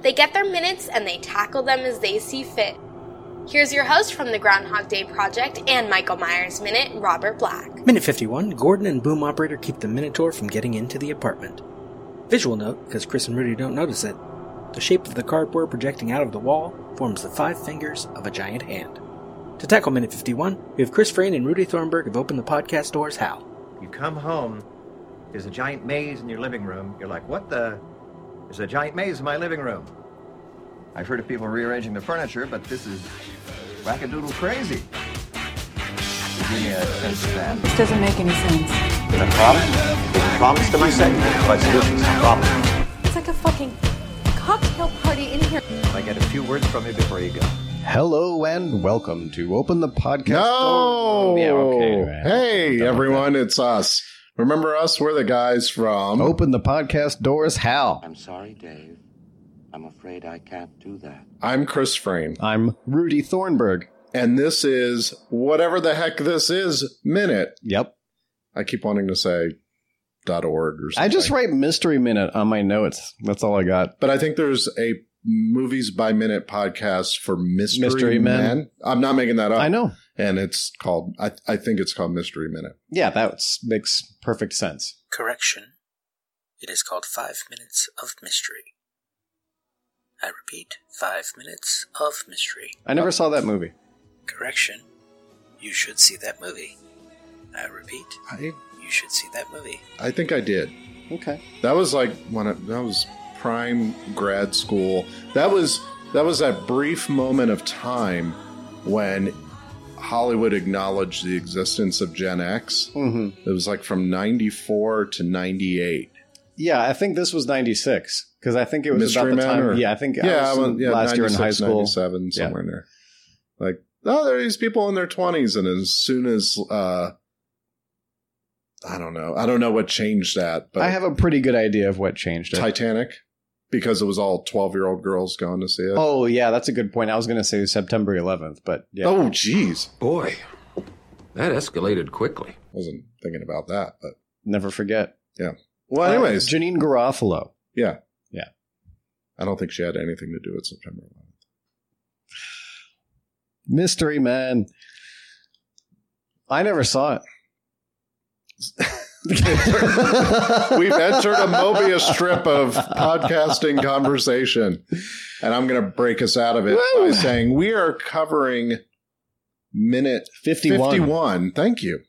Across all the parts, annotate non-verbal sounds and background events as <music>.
They get their minutes and they tackle them as they see fit. Here's your host from the Groundhog Day Project and Michael Myers Minute, Robert Black. Minute 51, Gordon and Boom Operator keep the Minotaur from getting into the apartment. Visual note, because Chris and Rudy don't notice it, the shape of the cardboard projecting out of the wall forms the five fingers of a giant hand. To tackle Minute 51, we have Chris Frayne and Rudy Thornburg have opened the podcast doors how? You come home, there's a giant maze in your living room. You're like, what the? There's a giant maze in my living room. I've heard of people rearranging the furniture, but this is wackadoodle crazy. Give me a sense of that. This doesn't make any sense. The problem? The problems to my segment by solutions to problems. It's like a fucking cocktail party in here. I get a few words from you before you go. Hello and welcome to Open the Podcast. No. Yeah, okay, man. Hey, Don't everyone, it's us. Remember us? We're the guys from. Open the podcast doors, Hal. Oh. I'm sorry, Dave. I'm afraid I can't do that. I'm Chris Frame, I'm Rudy Thornburg. and this is whatever the heck this is minute. Yep. I keep wanting to say dot .org or something. I just write Mystery Minute on my notes. That's all I got. but I think there's a movies by minute podcast for mystery, Mystery Men. men. I'm not making that up. I know. and it's called. I, I think it's called Mystery Minute. Yeah, that makes perfect sense. Correction. It is called Five Minutes of Mystery. I repeat, Five Minutes of Mystery. I never saw that movie. Correction. You should see that movie. I repeat, I you should see that movie. I think I did. Okay. That was like when I, that was prime grad school. That was that was that brief moment of time when Hollywood acknowledged the existence of Gen X. hmm It was like from '94 to '98. Yeah, I think this was 96 because I think it was Mystery about the Men time. or- yeah, I think yeah, I was I in- went- yeah, last year in high 96, school. 97, Yeah. somewhere in there. Like, oh, there are these people in their 20s. And as soon as, uh, I don't know, I don't know what changed that, but I have a pretty good idea of what changed it. Titanic, because it was all 12 year old girls going to see it. Oh, yeah, that's a good point. I was going to say September 11th, but yeah. Oh, jeez. Boy, that escalated quickly. Wasn't thinking about that, but Never forget. well, anyways, Uh, Janine Garofalo. yeah, Yeah. I don't think she had anything to do with September 11th. Mystery Man. I never saw it. <laughs> We've entered a Mobius strip of podcasting conversation, and I'm going to break us out of it by Woo. saying we are covering minute 51. 51, Thank you.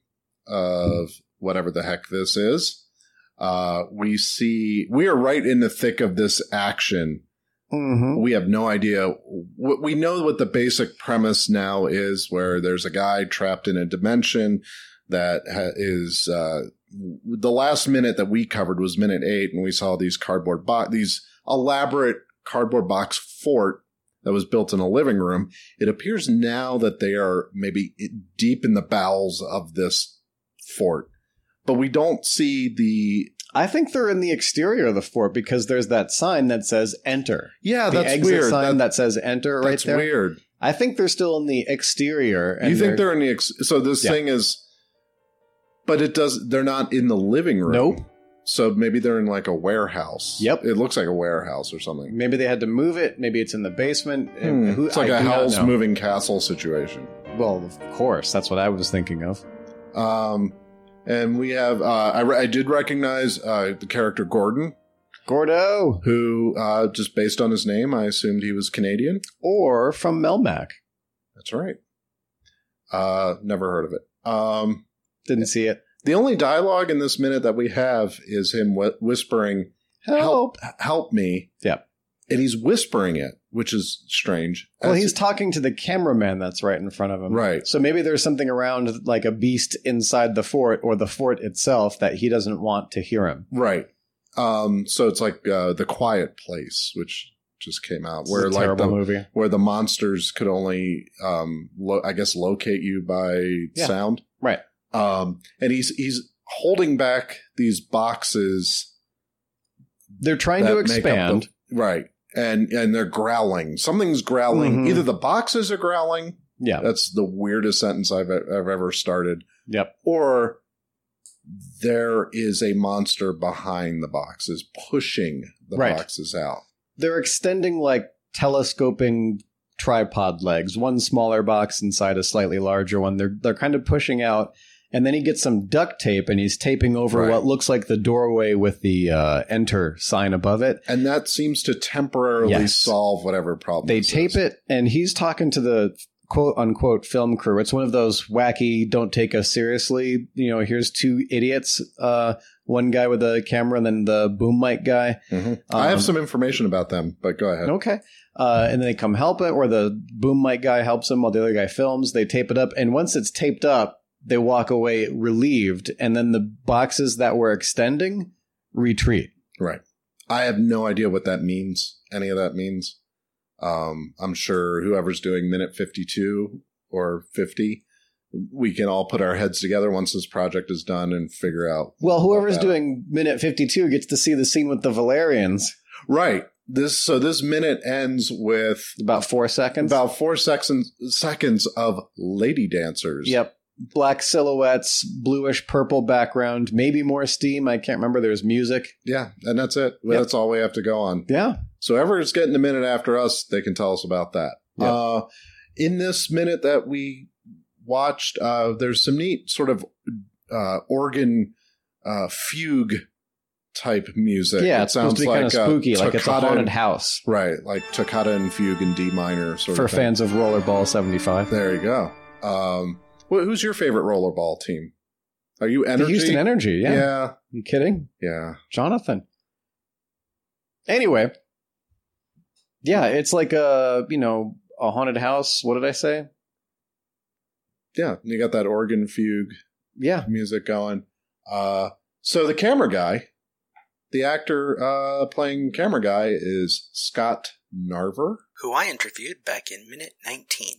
Of whatever the heck this is, uh, we see we are right in the thick of this action. Mhm. We have no idea. What we know what the basic premise now is, where there's a guy trapped in a dimension that ha- is uh, the last minute that we covered was minute eight, and we saw these cardboard box, these elaborate cardboard box fort that was built in a living room. It appears now that they are maybe deep in the bowels of this fort, but we don't see the. I think they're in the exterior of the fort because there's that sign that says enter. Yeah, the that's exit weird. That- sign that, says enter right that's there. weird. I think they're still in the exterior. And you think they're in the ex- so this Yeah. thing is, but it does. They're not in the living room. Nope. So maybe they're in like a warehouse. Yep. It looks like a warehouse or something. Maybe they had to move it. Maybe it's in the basement. Hmm. Who- it's like I a do not Howl's know. Moving Castle situation. Well, of course, that's what I was thinking of. Um, and we have uh, I, re- I did recognize uh, the character Gordon, Gordo who uh, just based on his name, I assumed he was Canadian. or from Melmac. That's right. Uh, never heard of it. Um, Didn't see it. the only dialogue in this minute that we have is him whi whispering, Help. help me!" Yep. And he's whispering it, which is strange. Well, As- he's talking to the cameraman that's right in front of him. Right. So maybe there's something around like a beast inside the fort or the fort itself that he doesn't want to hear him. Right. Um, so it's like uh, the quiet place, which just came out, It's where a like terrible the, movie. where the monsters could only, um, lo- I guess, locate you by Yeah. sound, Right. Um, and he's he's holding back these boxes, They're trying to that make up the- expand. right? And and they're growling. Something's growling. Mhm. Either the boxes are growling. yeah. That's the weirdest sentence I've I've ever started. Yep. Or there is a monster behind the boxes pushing the Right. boxes out. They're extending like telescoping tripod legs, one smaller box inside a slightly larger one. They're they're kind of pushing out and then he gets some duct tape and he's taping over Right. what looks like the doorway with the uh, enter sign above it. And that seems to temporarily Yes. solve whatever problem. They this tape is. it, and he's talking to the quote unquote film crew. It's one of those wacky, don't take us seriously. You know, here's two idiots. Uh, one guy with a camera, and then the boom mic guy. Mhm. I Um, have some information about them, but go ahead. Okay. Uh, and then they come help it, or the boom mic guy helps him while the other guy films. They tape it up, and once it's taped up, they walk away relieved, and then the boxes that were extending retreat. Right. I have no idea what that means. Any of that means. Um, I'm sure whoever's doing minute 52 or 50, we can all put our heads together once this project is done and figure out. Well, whoever's about that. doing minute 52 gets to see the scene with the Valerians right. This so this minute ends with about four seconds. about four seconds seconds of lady dancers. Yep. Black silhouettes, bluish purple background, maybe more steam. I can't remember. There's music. Yeah, and that's it. Yep. That's all we have to go on. Yeah. So ever's getting a minute after us, they can tell us about that. Yep. Uh, in this minute that we watched, uh, there's some neat sort of uh, organ uh, fugue type music. yeah. It's supposed to be kind of uh, spooky, like it's a toccata- haunted house Right, like toccata and fugue in D minor sort for of thing. fans of Rollerball 75. There you go. Um, wh- who's your favorite rollerball team? Are you The energy? Houston Energy. Yeah. yeah, You kidding? yeah. Jonathan. Anyway. Yeah. It's like a, you know, a haunted house. What did I say? yeah. You got that organ fugue. Yeah. music going. Uh, so the camera guy, the actor uh, playing camera guy is Scott Narver. who I interviewed back in minute 19.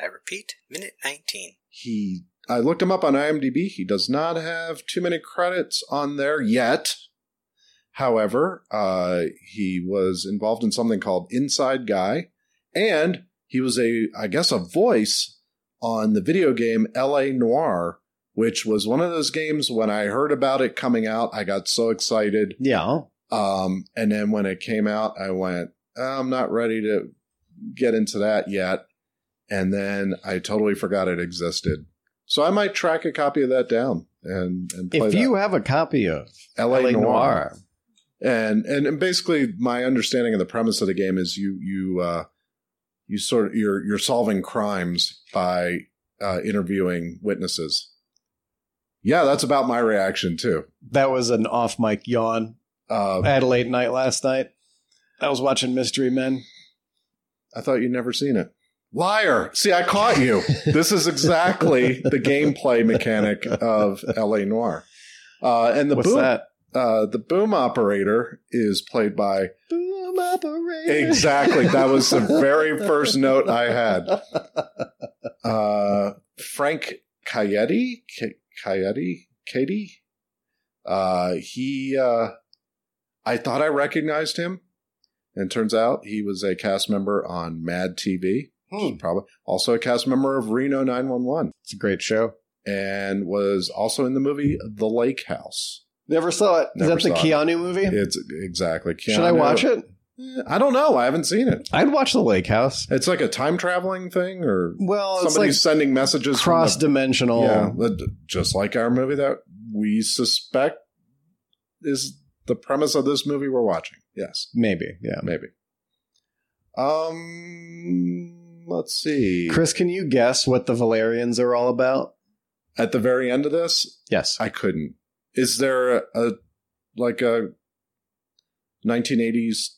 I repeat, minute 19. He, I looked him up on IMDb. He does not have too many credits on there yet. However, uh, he was involved in something called Inside Guy, and he was a, I guess, a voice on the video game L.A. Noir, which was one of those games. When I heard about it coming out, I got so excited. Yeah. Um, and then when it came out, I went, I'm not ready to get into that yet. And then I totally forgot it existed. So I might track a copy of that down and, and play If that. you have a copy of LA, LA Noir. Noir, And, and and basically my understanding of the premise of the game is you you uh you sort of you're you're solving crimes by uh interviewing witnesses. Yeah, that's about my reaction too. that was an off mic yawn. Uh, I had a late night last night. I was watching Mystery Men. I thought you'd never seen it. Liar. See, I caught <laughs> you. this is exactly the gameplay mechanic of LA Noir. Uh, and the What's boom, that? Uh, the boom operator is played by Boom operator. exactly. That was <laughs> the very first note I had. Uh, Frank Coyote, C- Coyote, Katie. Uh, he, uh, I thought I recognized him, and turns out he was a cast member on Mad TV. Hmm. Probably also a cast member of Reno 911, It's a great show. and was also in the movie The Lake House. Never saw it. Is Never that the saw it. Keanu movie? It's exactly. Should I watch it? it? I don't know. I haven't seen it. I'd watch The Lake House. It's like a time traveling thing, or Well, it's somebody's like sending messages from cross the- dimensional. Yeah, that- just like our movie that we suspect is the premise of this movie we're watching. Yes, Maybe. Yeah. maybe. Um, let's see. Chris, can you guess what the Valerians are all about? At the very end of this, Yes. I couldn't. Is there a, like a 1980s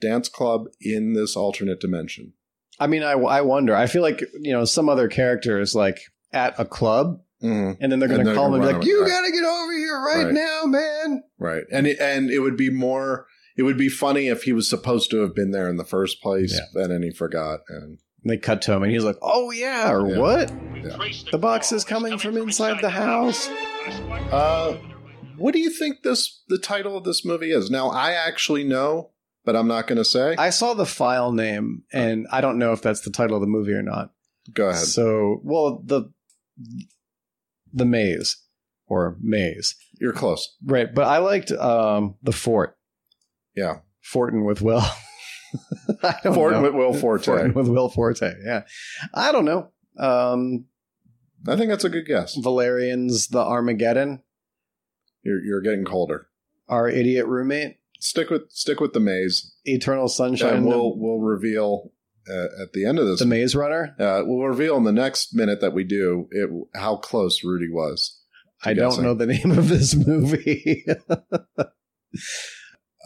dance club in this alternate dimension? I mean, I, I wonder. I feel like, you know, some other character is like at a club Mm-hmm. and then they're And going to they're call gonna him and be run like, away. you Right. got to get over here right, Right. now, man. Right, and it, and it would be more. It It would be funny if he was supposed to have been there in the first place, Yeah. and then he forgot. And And they cut to him, and he's like, "Oh yeah, or Yeah. what? Yeah. The box is coming from inside the house." Uh, what do you think this the title of this movie is? Now I actually know, but I'm not going to say. I saw the file name, and I don't know if that's the title of the movie or not. Go ahead. So, well, the the maze or maze, You're close. right? But I liked um, the fort, Yeah. Fortin with Will. <laughs> I don't Fort know. with Will Forte. Fortin with Will Forte. Yeah, I don't know. Um, I think that's a good guess. Valerian's the Armageddon, You're, you're getting colder. our idiot roommate, Stick with stick with the maze, Eternal Sunshine, and of we'll we'll reveal uh, at the end of this. the Maze Runner. uh, we'll reveal in the next minute that we do it how close Rudy was. I don't guessing. know the name of this movie. <laughs>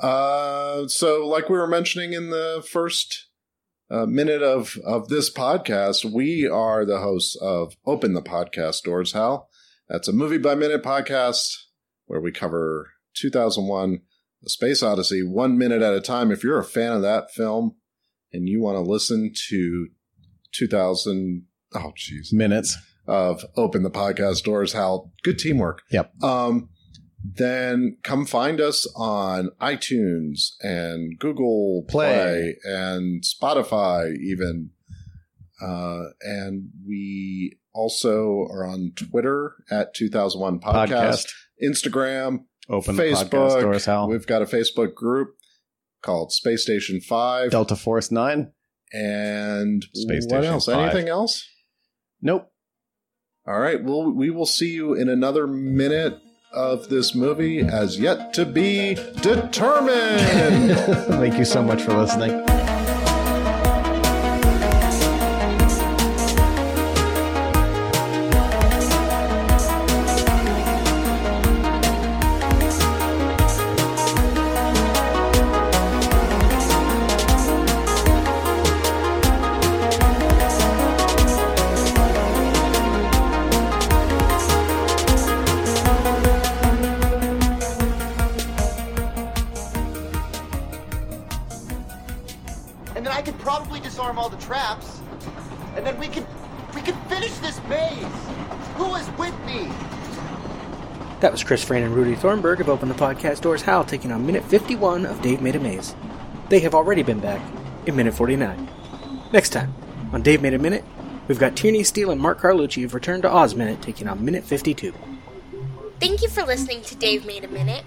Uh, so like we were mentioning in the first uh, minute of of this podcast, we are the hosts of Open the Podcast Doors, Hal. That's a movie by minute podcast where we cover 2001 The Space Odyssey one minute at a time. If you're a fan of that film and you want to listen to 2000 oh jeez Minutes. of Open the Podcast Doors, Hal. Good teamwork. Yep. Um, then come find us on iTunes and Google Play. Play, and Spotify, even. Uh, and we also are on Twitter at 2001 Podcast, Podcast. Oh. Instagram, Open Facebook. the podcast doors, Hal. We've got a Facebook group called Space Station 5. Delta Force 9? and Space what Station else? 5. Anything else? <laughs> Nope. All right. Well, we will see you in another minute of this movie as yet to be determined. Thank you so much for listening. And then I could probably disarm all the traps. And then we could we could finish this maze. Who is with me? That was Chris Frayne and Rudy Thornburg of Open the Podcast Doors Hal taking on minute 51 of Dave Made a Maze. They have already been back in minute 49. Next time, on Dave Made a Minute, we've got Tierney Steele and Mark Carlucci of Return to Oz Minute taking on minute 52. Thank you for listening to Dave Made a Minute.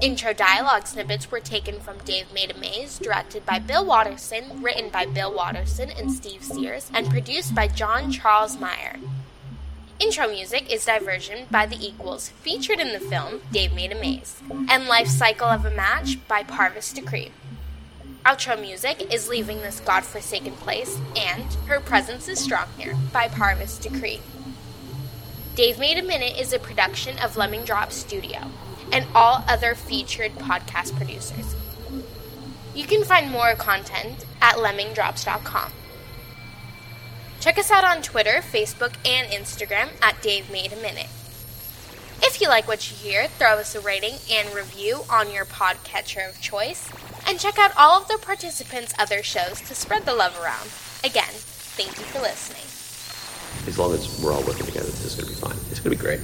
Intro dialogue snippets were taken from Dave Made a Maze, directed by Bill Watterson, written by Bill Watterson and Steve Sears, and produced by John Charles Meyer. Intro music is Diversion by The Equals, featured in the film Dave Made a Maze, and Life Cycle of a Match by Parvis Decree. Outro music is Leaving This Godforsaken Place and Her Presence is Strong Here by Parvis Decree. Dave Made a Minute is a production of Lemming Drop Studio and all other featured podcast producers. You can find more content at lemmingdrops.com. Check us out on Twitter, Facebook, and Instagram at Dave Made a Minute. If you like what you hear, throw us a rating and review on your podcatcher of choice, and check out all of the participants' other shows to spread the love around. Again, thank you for listening. As long as we're all working together, this is going to be fine. It's going to be great.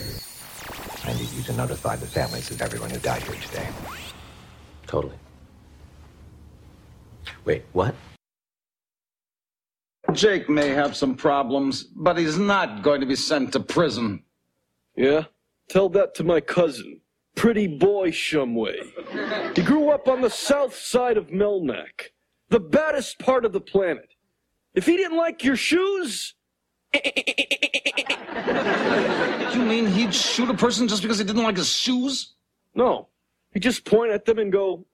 I need you to notify the families of everyone who died here today. Totally. Wait, what? Jake may have some problems, but he's not going to be sent to prison. Yeah? Tell that to my cousin. Pretty boy Shumway. He grew up on the south side of Melmac, the baddest part of the planet. If he didn't like your shoes, You mean he'd shoot a person just because he didn't like his shoes? no. He'd just point at them and go,